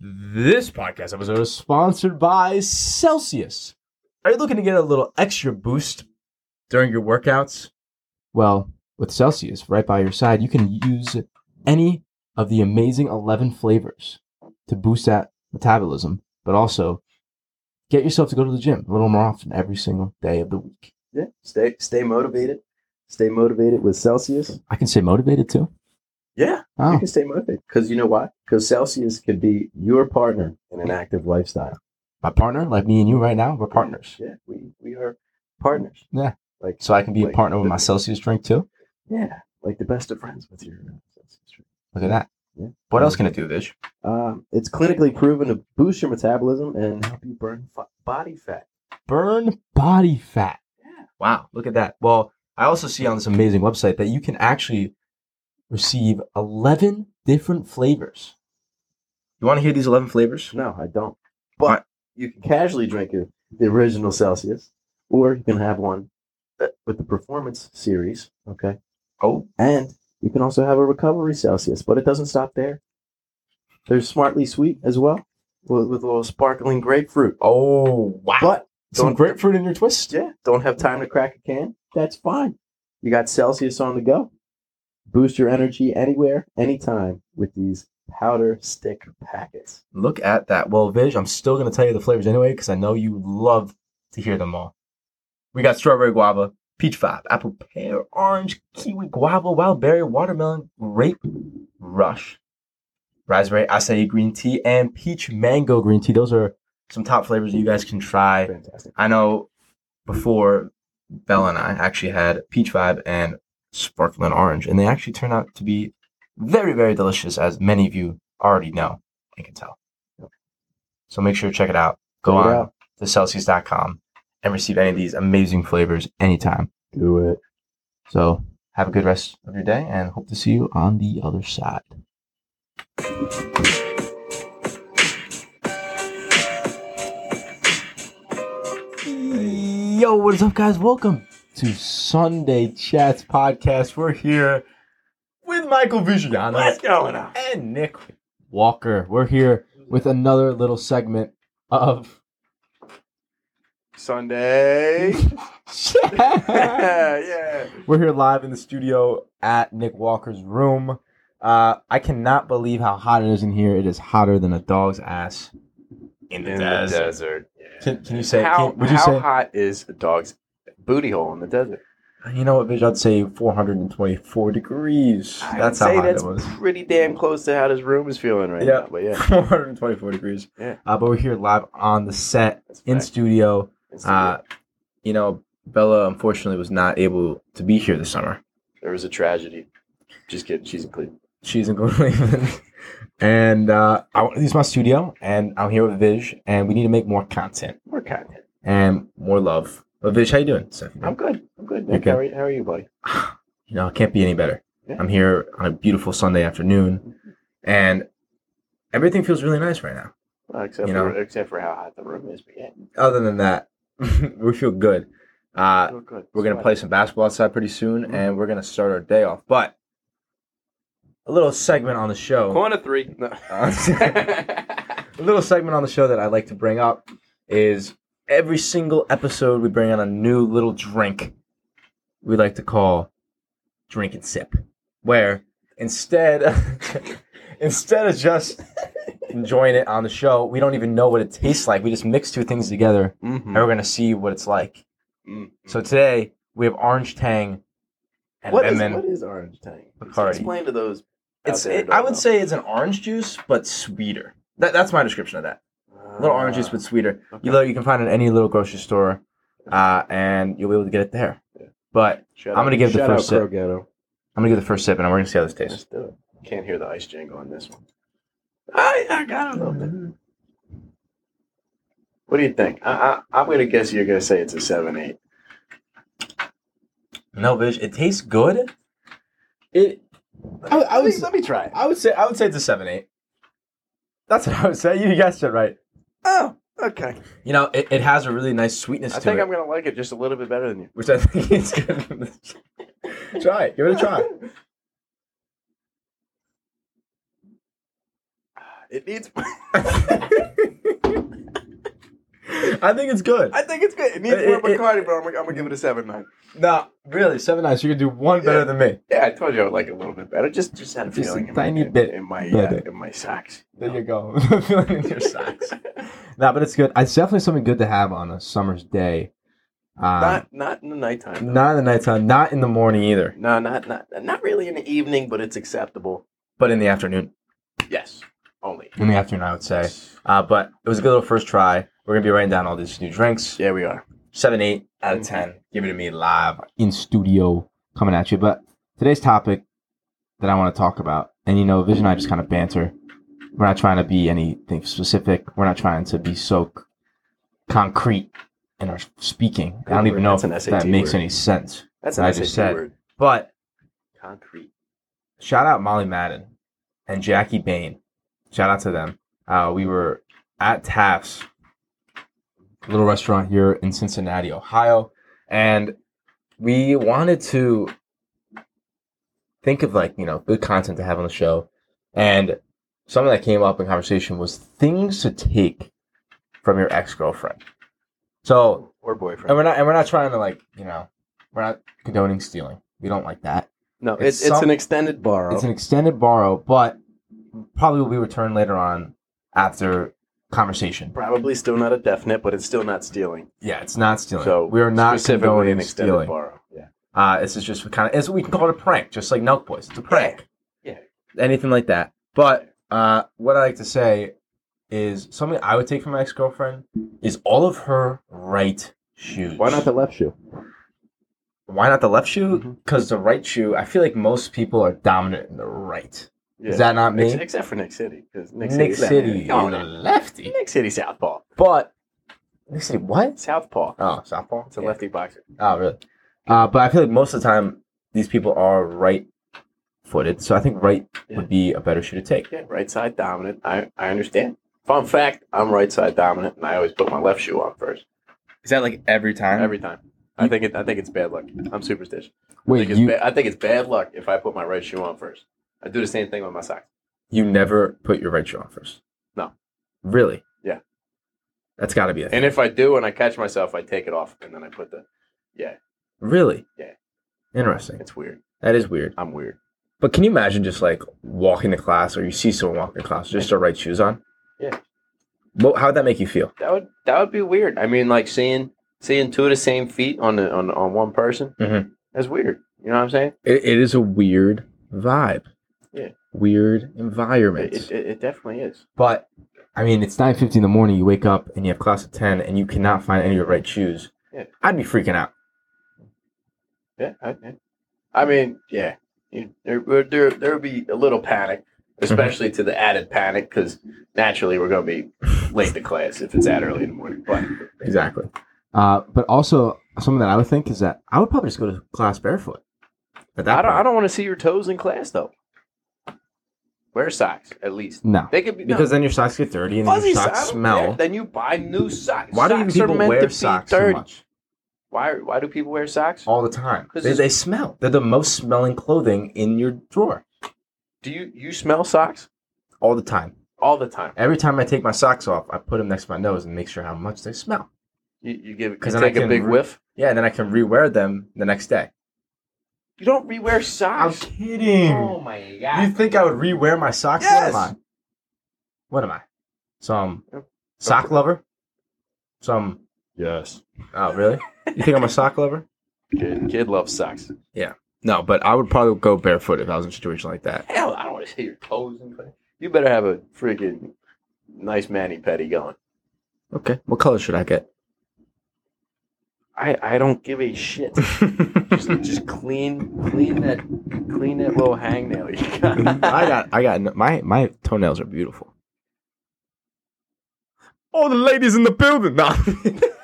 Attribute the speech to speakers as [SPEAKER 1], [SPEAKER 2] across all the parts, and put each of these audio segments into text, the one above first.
[SPEAKER 1] This podcast episode is sponsored by Celsius. Are you looking to get a little extra boost during your workouts? Well, with Celsius right by your side, you can use any of the amazing 11 flavors to boost that metabolism, but also get yourself to go to the gym a little more often every single day of the week.
[SPEAKER 2] Yeah, stay stay motivated. Stay motivated with Celsius.
[SPEAKER 1] I can say motivated too.
[SPEAKER 2] Yeah, you
[SPEAKER 1] Oh,
[SPEAKER 2] can stay motivated because you know why? Because Celsius could be your partner in an active lifestyle.
[SPEAKER 1] my partner, like me and you right now, we're partners.
[SPEAKER 2] Yeah, we we are partners.
[SPEAKER 1] Yeah.
[SPEAKER 2] like
[SPEAKER 1] So I can be a
[SPEAKER 2] like
[SPEAKER 1] partner with
[SPEAKER 2] the-
[SPEAKER 1] my Celsius drink too.
[SPEAKER 2] Yeah, like the best of friends with your Celsius drink.
[SPEAKER 1] Look at that.
[SPEAKER 2] Yeah.
[SPEAKER 1] What else can it do, Vish?
[SPEAKER 2] Um, it's clinically proven to boost your metabolism and help you burn f- body fat.
[SPEAKER 1] Burn body fat.
[SPEAKER 2] Yeah.
[SPEAKER 1] Wow, look at that. Well, I also see on this amazing website that you can actually receive 11 different flavors. You want to hear these 11 flavors?
[SPEAKER 2] No, I don't. But you can casually drink it, the original Celsius, or you can have one uh, with the Performance series. Okay.
[SPEAKER 1] Oh,
[SPEAKER 2] And you can also have a recovery Celsius, but it doesn't stop there. There's Smartly Sweet as well, with, with a little sparkling grapefruit.
[SPEAKER 1] oh, wow.
[SPEAKER 2] But
[SPEAKER 1] Some
[SPEAKER 2] don't-
[SPEAKER 1] grapefruit in your twist.
[SPEAKER 2] yeah, don't have time to crack a can? That's fine. You got Celsius on the go. Boost your energy anywhere, anytime with these powder stick packets.
[SPEAKER 1] Look at that. Well, Vish, I'm still going to tell you the flavors anyway because I know you love to hear them all. We got strawberry guava, peach vibe, apple pear, orange, kiwi guava, wild berry, watermelon, grape rush, raspberry acai green tea, and peach mango green tea. Those are some top flavors that you guys can try.
[SPEAKER 2] Fantastic.
[SPEAKER 1] I know before Bella and I actually had peach vibe and sparkling orange, and they actually turned out to be very, very delicious, as many of you already know and can tell. So make sure to check it out. Go
[SPEAKER 2] Check it
[SPEAKER 1] on
[SPEAKER 2] out.
[SPEAKER 1] to Celsius.com and receive any of these amazing flavors anytime.
[SPEAKER 2] Do it.
[SPEAKER 1] So have a good rest of your day and hope to see you on the other side. Yo, what is up, guys? Welcome to Sunday Chats Podcast. We're here with Michael Vigiano
[SPEAKER 2] going on?
[SPEAKER 1] and Nick Walker. We're here with another little segment of
[SPEAKER 2] Sunday. yeah.
[SPEAKER 1] We're here live in the studio at Nick Walker's room. Uh, I cannot believe how hot it is in here. It is hotter than a dog's ass.
[SPEAKER 3] in
[SPEAKER 2] In the desert.
[SPEAKER 1] Can, can you say?
[SPEAKER 2] how
[SPEAKER 1] can- would you
[SPEAKER 2] how
[SPEAKER 1] say?
[SPEAKER 2] hot is a dog's booty hole in the desert?
[SPEAKER 1] You know what, Vij? I'd say 424 degrees.
[SPEAKER 2] I
[SPEAKER 1] that's
[SPEAKER 2] would
[SPEAKER 1] how
[SPEAKER 2] say
[SPEAKER 1] hot
[SPEAKER 2] that's
[SPEAKER 1] it was.
[SPEAKER 2] pretty damn close to how this room is feeling right
[SPEAKER 1] Yeah.
[SPEAKER 2] now. But yeah,
[SPEAKER 1] 424 degrees.
[SPEAKER 2] Yeah.
[SPEAKER 1] Uh, but we're here live on the set
[SPEAKER 2] that's
[SPEAKER 1] in
[SPEAKER 2] fact.
[SPEAKER 1] studio.
[SPEAKER 2] It's the-
[SPEAKER 1] Uh, you know, Bella unfortunately was not able to be here this summer.
[SPEAKER 2] there was a tragedy. Just kidding. She's in Cleveland.
[SPEAKER 1] She's in Cleveland. and uh, I, this is my studio, and I'm here with Vij, and we need to make more content
[SPEAKER 2] More content.
[SPEAKER 1] and more love. But Vij, how you doing? So,
[SPEAKER 2] I'm good. I'm good.
[SPEAKER 1] You're
[SPEAKER 2] Nick,
[SPEAKER 1] good.
[SPEAKER 2] How, are you, how are you, buddy?
[SPEAKER 1] you know, it can't be any better.
[SPEAKER 2] Yeah.
[SPEAKER 1] I'm here on a beautiful Sunday afternoon, and everything feels really nice right now.
[SPEAKER 2] Well, except
[SPEAKER 1] You
[SPEAKER 2] for
[SPEAKER 1] know.
[SPEAKER 2] except for how hot the room is, but yeah,
[SPEAKER 1] Other than that, we feel good. Uh,
[SPEAKER 2] we're good.
[SPEAKER 1] We're gonna
[SPEAKER 2] Sweat.
[SPEAKER 1] play some basketball outside pretty soon, and we're gonna start our day off. But a little segment on the show,
[SPEAKER 2] corner three. No. Mm-hmm.
[SPEAKER 1] a little segment on the show that I like to bring up is every single episode we bring on a new little drink we like to call drink and sip, where instead instead of just enjoying it on the show, we don't even know what it tastes like. We just mix two things together, and
[SPEAKER 2] Mhm.
[SPEAKER 1] we're gonna see what it's like.
[SPEAKER 2] Mhm.
[SPEAKER 1] Oh. So today we have orange tang and
[SPEAKER 2] What is,
[SPEAKER 1] lemon.
[SPEAKER 2] what is orange tang?
[SPEAKER 1] Bacardi.
[SPEAKER 2] Explain to those. out
[SPEAKER 1] it's
[SPEAKER 2] there who
[SPEAKER 1] it,
[SPEAKER 2] don't
[SPEAKER 1] I would
[SPEAKER 2] know.
[SPEAKER 1] say it's an orange juice but sweeter. That, that's my description of that. A little orange juice
[SPEAKER 2] Ah.
[SPEAKER 1] but sweeter.
[SPEAKER 2] Okay.
[SPEAKER 1] You know, you can find it in any little grocery store, uh, and you'll be able to get it there.
[SPEAKER 2] Yeah.
[SPEAKER 1] But
[SPEAKER 2] Shout
[SPEAKER 1] I'm gonna give the
[SPEAKER 2] shout
[SPEAKER 1] first
[SPEAKER 2] out
[SPEAKER 1] sip.
[SPEAKER 2] Crow Ghetto.
[SPEAKER 1] I'm gonna give the first sip, and we're gonna see how this tastes.
[SPEAKER 2] Let's do it. Can't hear the ice jingle on this one. I, I got a little bit. What do you think? I, I, I'm gonna guess you're gonna say it's a seven eight.
[SPEAKER 1] No, Vish, it tastes good. It. I, I
[SPEAKER 2] Let me-
[SPEAKER 1] would.
[SPEAKER 2] let me try it.
[SPEAKER 1] I would say. I would say it's a seven eight. That's what I would say. You guessed it right.
[SPEAKER 2] Oh, okay.
[SPEAKER 1] You know, it, it has a really nice sweetness
[SPEAKER 2] I
[SPEAKER 1] to
[SPEAKER 2] think
[SPEAKER 1] it,
[SPEAKER 2] I'm gonna like it just a little bit better than you.
[SPEAKER 1] which I think is good. try it. Give it a try.
[SPEAKER 2] Ah, It needs.
[SPEAKER 1] I think it's good.
[SPEAKER 2] I think it's good. It needs
[SPEAKER 1] It-
[SPEAKER 2] more
[SPEAKER 1] it- it-
[SPEAKER 2] Bacardi, but I'm gonna, I'm gonna give it a seven nine.
[SPEAKER 1] No, really, seven nights. You can do one better
[SPEAKER 2] Yeah.
[SPEAKER 1] than me.
[SPEAKER 2] Yeah, I told you I would like it a little bit better. Just just had a
[SPEAKER 1] Just a
[SPEAKER 2] feeling in
[SPEAKER 1] tiny
[SPEAKER 2] my,
[SPEAKER 1] bit
[SPEAKER 2] in my
[SPEAKER 1] better.
[SPEAKER 2] uh, in my socks.
[SPEAKER 1] There you go. Feeling in your socks. No, but it's good. It's definitely something good to have on a summer's day. Um,
[SPEAKER 2] not not in the nighttime. Not,
[SPEAKER 1] not in the nighttime, not in the morning either,
[SPEAKER 2] no, not not not really in the evening, but it's acceptable.
[SPEAKER 1] but in the afternoon.
[SPEAKER 2] Yes, only.
[SPEAKER 1] In the afternoon, I would say. Uh, but it was a good little first try. We're gonna be writing down all these new drinks.
[SPEAKER 2] Yeah, we are.
[SPEAKER 1] Seven, eight out of ten. Give it to me live in studio, coming at you. But today's topic that I want to talk about, and you know, Vision and I just kind of banter. We're not trying to be anything specific. We're not trying to be so c- concrete in our speaking. I don't even know
[SPEAKER 2] That's an
[SPEAKER 1] if
[SPEAKER 2] SAT
[SPEAKER 1] that makes
[SPEAKER 2] word.
[SPEAKER 1] any sense.
[SPEAKER 2] That's
[SPEAKER 1] What
[SPEAKER 2] an
[SPEAKER 1] I
[SPEAKER 2] I
[SPEAKER 1] just said.
[SPEAKER 2] word.
[SPEAKER 1] But
[SPEAKER 2] Concrete.
[SPEAKER 1] shout out Molly Madden and Jackie Bain. Shout out to them. Uh, we were at Taft's, a little restaurant here in Cincinnati, Ohio, and we wanted to think of like you know good content to have on the show, and something that came up in conversation was things to take from your ex girlfriend. So
[SPEAKER 2] Or
[SPEAKER 1] and
[SPEAKER 2] boyfriend.
[SPEAKER 1] we're not and we're not trying to like you know we're not condoning stealing. We don't like that.
[SPEAKER 2] No,
[SPEAKER 1] it's
[SPEAKER 2] it's, it's,
[SPEAKER 1] some-
[SPEAKER 2] an extended borrow.
[SPEAKER 1] It's an extended borrow, but probably will be returned later on after conversation.
[SPEAKER 2] Probably still not a definite, but it's still not stealing.
[SPEAKER 1] Yeah, it's not stealing.
[SPEAKER 2] So
[SPEAKER 1] we are not
[SPEAKER 2] specifically
[SPEAKER 1] condoning
[SPEAKER 2] an extended
[SPEAKER 1] stealing.
[SPEAKER 2] borrow. Yeah.
[SPEAKER 1] Uh, this is just kind of it's, we can call it a prank, just like Nelk Boys. It's a prank.
[SPEAKER 2] Yeah.
[SPEAKER 1] Anything like that. But uh, what I like to say is something I would take from my ex girlfriend is all of her right shoes.
[SPEAKER 2] Why not the left shoe?
[SPEAKER 1] Why not the left shoe?
[SPEAKER 2] Mhm.
[SPEAKER 1] Because the right shoe, I feel like most people are dominant in the right. Is that not me?
[SPEAKER 2] Ex- except for Nick City, because Nick,
[SPEAKER 1] Nick
[SPEAKER 2] City's
[SPEAKER 1] City is
[SPEAKER 2] left. Oh,
[SPEAKER 1] a
[SPEAKER 2] no.
[SPEAKER 1] lefty.
[SPEAKER 2] Nick City southpaw.
[SPEAKER 1] But Nick City, what?
[SPEAKER 2] Southpaw.
[SPEAKER 1] Oh, softball.
[SPEAKER 2] It's a lefty boxer.
[SPEAKER 1] Oh, really? Uh, but I feel like most of the time these people are right-footed, so I think right
[SPEAKER 2] Yeah.
[SPEAKER 1] would be a better shoe to take.
[SPEAKER 2] Yeah, right side dominant. I, I understand. Fun fact: I'm right side dominant, and I always put my left shoe on first
[SPEAKER 1] Is that like every time?
[SPEAKER 2] every time. I think it, I think it's bad luck. I'm superstitious. I
[SPEAKER 1] Wait,
[SPEAKER 2] think, it's
[SPEAKER 1] you
[SPEAKER 2] ba- I think it's bad luck if I put my right shoe on first. I do the same thing with my socks.
[SPEAKER 1] you never put your right shoe on first?
[SPEAKER 2] No.
[SPEAKER 1] Really?
[SPEAKER 2] Yeah.
[SPEAKER 1] That's got to be a thing.
[SPEAKER 2] And if I do, and I catch myself, I take it off, and then I put the.
[SPEAKER 1] really?
[SPEAKER 2] Yeah.
[SPEAKER 1] Interesting.
[SPEAKER 2] It's weird.
[SPEAKER 1] That is weird.
[SPEAKER 2] I'm weird.
[SPEAKER 1] But can you imagine just like walking to class or you see someone walking to class just their right shoes on?
[SPEAKER 2] Yeah.
[SPEAKER 1] What, how would that make you feel?
[SPEAKER 2] That would that would be weird. I mean, like seeing seeing two of the same feet on the on on one person.
[SPEAKER 1] Mhm.
[SPEAKER 2] That's weird. You know what I'm saying?
[SPEAKER 1] It, it is a weird vibe.
[SPEAKER 2] Yeah.
[SPEAKER 1] Weird
[SPEAKER 2] It,
[SPEAKER 1] environment.
[SPEAKER 2] it, it, it definitely is.
[SPEAKER 1] but I mean, it's nine fifty in the morning. You wake up and you have class at ten, and you cannot find any of your right shoes.
[SPEAKER 2] Yeah.
[SPEAKER 1] I'd be freaking out.
[SPEAKER 2] Yeah, I, yeah. I mean, yeah, you, there, would- there, there would be a little panic,
[SPEAKER 1] Mm-hmm.
[SPEAKER 2] especially to the added panic because naturally we're gonna be late to class if it's that early in the morning. But
[SPEAKER 1] Exactly. Uh, but also something that I would think is that I would probably just go to class barefoot. At that
[SPEAKER 2] I don't, I
[SPEAKER 1] point.
[SPEAKER 2] don't want to see your toes in class though. Wear socks at least.
[SPEAKER 1] No,
[SPEAKER 2] They could be
[SPEAKER 1] because
[SPEAKER 2] no,
[SPEAKER 1] then your socks get dirty and then your
[SPEAKER 2] I
[SPEAKER 1] socks
[SPEAKER 2] don't
[SPEAKER 1] smell.
[SPEAKER 2] care. Then you buy new socks.
[SPEAKER 1] Why do
[SPEAKER 2] Socks
[SPEAKER 1] people
[SPEAKER 2] are meant to
[SPEAKER 1] wear
[SPEAKER 2] be
[SPEAKER 1] socks so
[SPEAKER 2] dirty.
[SPEAKER 1] much?
[SPEAKER 2] Why? Why do people wear socks?
[SPEAKER 1] all the time.
[SPEAKER 2] 'Cause
[SPEAKER 1] They,
[SPEAKER 2] it's-
[SPEAKER 1] they smell. They're the most smelling clothing in your drawer
[SPEAKER 2] Do you you smell socks
[SPEAKER 1] all the time.
[SPEAKER 2] all the time?
[SPEAKER 1] Every time I take my socks off, I put them next to my nose and make sure how much they smell.
[SPEAKER 2] You, you give you
[SPEAKER 1] 'Cause then I
[SPEAKER 2] take a
[SPEAKER 1] can
[SPEAKER 2] big
[SPEAKER 1] re-
[SPEAKER 2] whiff.
[SPEAKER 1] Yeah, and then I can rewear them the next day.
[SPEAKER 2] You don't rewear
[SPEAKER 1] I'm
[SPEAKER 2] socks.
[SPEAKER 1] kidding.
[SPEAKER 2] Oh my god!
[SPEAKER 1] You think I would rewear my socks?
[SPEAKER 2] Yes.
[SPEAKER 1] What am I? What am I? Some
[SPEAKER 2] Yep.
[SPEAKER 1] sock lover? Some
[SPEAKER 2] yes.
[SPEAKER 1] oh really? You think I'm a sock lover?
[SPEAKER 2] Kid, kid loves socks.
[SPEAKER 1] No, but I would probably go barefoot if I was in a situation like that.
[SPEAKER 2] Hell, I don't want to see your toes and play. You better have a freaking nice mani petty going.
[SPEAKER 1] Okay. What color should I get?
[SPEAKER 2] I, I don't give a shit. Just, just clean clean that clean that little hangnail you got.
[SPEAKER 1] I got, I got my my toenails are beautiful. All the ladies in the building.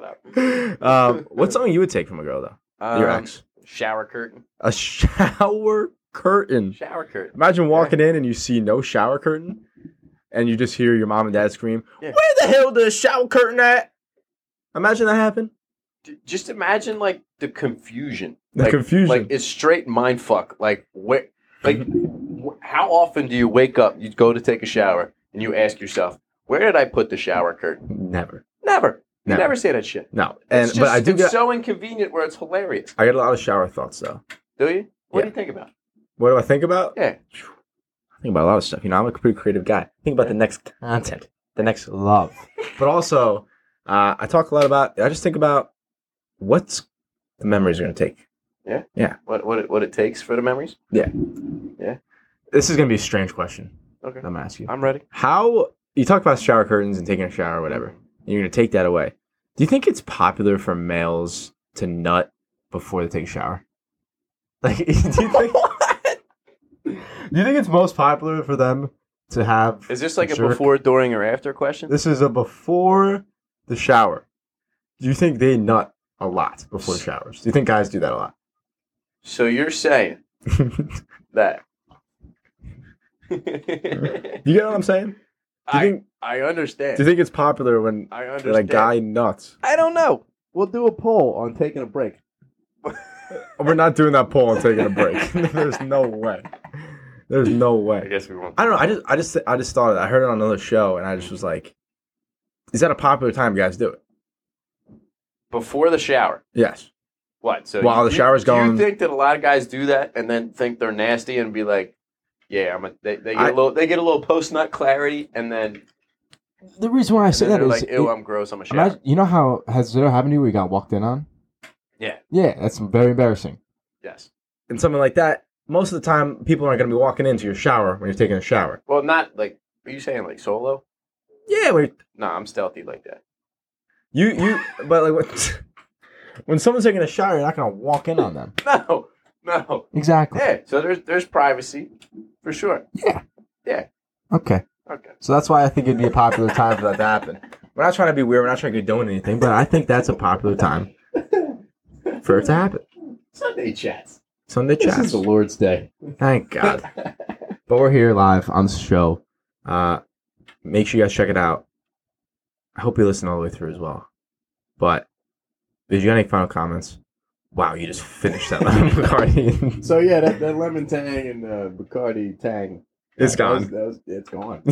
[SPEAKER 1] No.
[SPEAKER 2] Shut up.
[SPEAKER 1] um, what's something you would take from a girl though? Your
[SPEAKER 2] Um,
[SPEAKER 1] ex.
[SPEAKER 2] Shower curtain.
[SPEAKER 1] A shower curtain.
[SPEAKER 2] Shower curtain.
[SPEAKER 1] Imagine walking in and you see no shower curtain, and you just hear your mom and dad scream,
[SPEAKER 2] Yeah.
[SPEAKER 1] "Where the hell the shower curtain at?" Imagine that happen.
[SPEAKER 2] D- Just imagine like the confusion.
[SPEAKER 1] The
[SPEAKER 2] like,
[SPEAKER 1] confusion.
[SPEAKER 2] Like it's straight mind fuck. Like where like wh- how often do you wake up, you go to take a shower, and you ask yourself, where did I put the shower curtain?
[SPEAKER 1] Never.
[SPEAKER 2] Never. You
[SPEAKER 1] Never.
[SPEAKER 2] never say that shit.
[SPEAKER 1] No. And
[SPEAKER 2] it's just,
[SPEAKER 1] but I do
[SPEAKER 2] it's
[SPEAKER 1] get
[SPEAKER 2] so inconvenient where it's hilarious.
[SPEAKER 1] I get a lot of shower thoughts though.
[SPEAKER 2] Do you? What
[SPEAKER 1] Yeah.
[SPEAKER 2] do you think about?
[SPEAKER 1] What do I think about?
[SPEAKER 2] Yeah.
[SPEAKER 1] I think about a lot of stuff. You know, I'm a pretty creative guy. I think about the next content, the next love. But also, uh, I talk a lot about. I just think about what's the memories are going to take.
[SPEAKER 2] What what it, what it takes for the memories?
[SPEAKER 1] This is going to be a strange question.
[SPEAKER 2] Okay.
[SPEAKER 1] that I'm asking. you.
[SPEAKER 2] I'm ready.
[SPEAKER 1] How you talk about shower curtains and taking a shower, or whatever.
[SPEAKER 2] Mm-hmm.
[SPEAKER 1] and you're going to take that away. Do you think it's popular for males to nut before they take a shower? Like, do you think? Do you think it's most popular for them to have
[SPEAKER 2] Is this like a
[SPEAKER 1] Sure.
[SPEAKER 2] before, during, or after question?
[SPEAKER 1] This is a before the shower. Do you think they nut a lot before showers? Do you think guys do that a lot?
[SPEAKER 2] So you're saying
[SPEAKER 1] you
[SPEAKER 2] that.
[SPEAKER 1] get what I'm saying? Do you
[SPEAKER 2] I,
[SPEAKER 1] think
[SPEAKER 2] I understand.
[SPEAKER 1] do you think it's popular when
[SPEAKER 2] I
[SPEAKER 1] when
[SPEAKER 2] understand.
[SPEAKER 1] a guy nuts?
[SPEAKER 2] I don't know. We'll do a poll on taking a break.
[SPEAKER 1] We're not doing that poll and taking a break. There's no way. There's no
[SPEAKER 2] I
[SPEAKER 1] way.
[SPEAKER 2] guess we won't.
[SPEAKER 1] I don't know. I just I just I just thought of it. I heard it on another show and I just was like, is that a popular time guys do it?
[SPEAKER 2] Before the shower.
[SPEAKER 1] Yes.
[SPEAKER 2] What? So
[SPEAKER 1] While
[SPEAKER 2] you-
[SPEAKER 1] the shower's
[SPEAKER 2] do
[SPEAKER 1] going-
[SPEAKER 2] you think that a lot of guys do that and then think they're nasty and be like, "Yeah, I'm a." They, they get
[SPEAKER 1] I-
[SPEAKER 2] a little. They get a little post nut clarity, and then,
[SPEAKER 4] The reason why I
[SPEAKER 2] and
[SPEAKER 4] say
[SPEAKER 2] then
[SPEAKER 4] that
[SPEAKER 2] they're
[SPEAKER 4] is,
[SPEAKER 2] like,
[SPEAKER 4] it-
[SPEAKER 2] "Ew, I'm gross. I'm a shower."
[SPEAKER 4] imagine, you know how has it ever happened to you where you got walked in on?
[SPEAKER 2] Yeah.
[SPEAKER 4] Yeah, that's very embarrassing.
[SPEAKER 2] yes.
[SPEAKER 1] And something like that, most of the time people aren't gonna be walking into your shower when you're taking a shower.
[SPEAKER 2] Well, not like. Are you saying like solo?
[SPEAKER 1] Yeah, when you're
[SPEAKER 2] No, I'm stealthy like that.
[SPEAKER 1] You you but like what, when someone's taking a shower, you're not gonna walk in on them.
[SPEAKER 2] No, no.
[SPEAKER 4] Exactly.
[SPEAKER 2] Yeah. So there's there's privacy, for sure.
[SPEAKER 4] Okay.
[SPEAKER 2] Okay.
[SPEAKER 1] So that's why I think it'd be a popular time for that to happen. We're not trying to be weird. We're not trying to condone anything, but I think that's a popular time for it to happen.
[SPEAKER 2] Sunday chats.
[SPEAKER 1] Sunday chats.
[SPEAKER 4] Lord's Day.
[SPEAKER 1] Thank God. But we're here live on the show. Uh, make sure you guys check it out. I hope you listen all the way through as well. But did you got any final comments? Wow, you just finished that lemon Bacardi.
[SPEAKER 2] So yeah, that, that lemon tang and uh, Bacardi tang.
[SPEAKER 1] It's
[SPEAKER 2] that was-
[SPEAKER 1] gone.
[SPEAKER 2] that was- it's gone.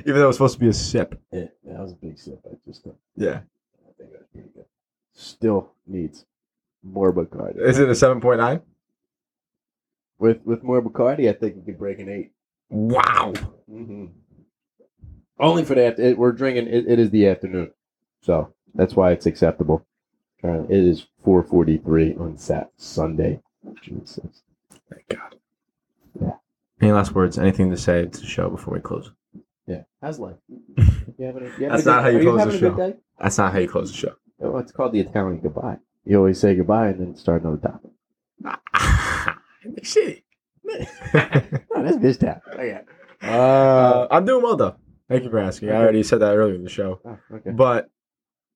[SPEAKER 1] Even though it's supposed to be a sip.
[SPEAKER 2] Yeah, that was a big sip. I just thought,
[SPEAKER 1] Yeah.
[SPEAKER 2] I think that's pretty good. Still needs more Bacardi.
[SPEAKER 1] Is it a 7.9?
[SPEAKER 2] With with more Bacardi, I think we could break an 8
[SPEAKER 1] Wow.
[SPEAKER 2] Mm-hmm. Only for the after. It, we're drinking. It, it is the afternoon, so that's why it's acceptable. Uh, It is four forty three on Sat Sunday, June sixth.
[SPEAKER 1] Thank God. Any last words? Anything to say to the show before we close?
[SPEAKER 2] Yeah, how's life? You having a- you having
[SPEAKER 1] That's
[SPEAKER 2] a good-
[SPEAKER 1] not how you
[SPEAKER 2] are
[SPEAKER 1] close the
[SPEAKER 2] having a good
[SPEAKER 1] show.
[SPEAKER 2] day?
[SPEAKER 1] That's not how you close the show.
[SPEAKER 2] Oh, it's called the Italian goodbye. You always say goodbye and then start another topic.
[SPEAKER 1] Shitty.
[SPEAKER 2] No, Oh, that's bitch tap.
[SPEAKER 1] uh, I'm doing well, though. Thank you for asking. I already said that earlier in the show.
[SPEAKER 2] Oh, okay.
[SPEAKER 1] But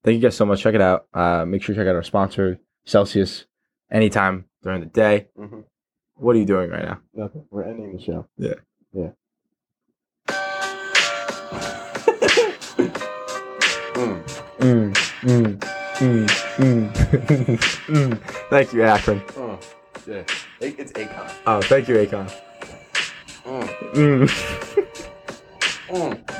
[SPEAKER 1] thank you guys so much. Check it out. Uh, make sure you check out our sponsor, Celsius, anytime during the day.
[SPEAKER 2] Mhm.
[SPEAKER 1] What are you doing right now?
[SPEAKER 2] Nothing. We're ending the show.
[SPEAKER 1] Yeah.
[SPEAKER 2] Yeah. Hmm.
[SPEAKER 1] Mm, mm, mm, mm, mm. Thank you, Akron. Uh,
[SPEAKER 2] Oh, yeah. It, it's Akon.
[SPEAKER 1] Oh, thank you, Akon.
[SPEAKER 2] Mm,
[SPEAKER 1] Mm.
[SPEAKER 2] mm.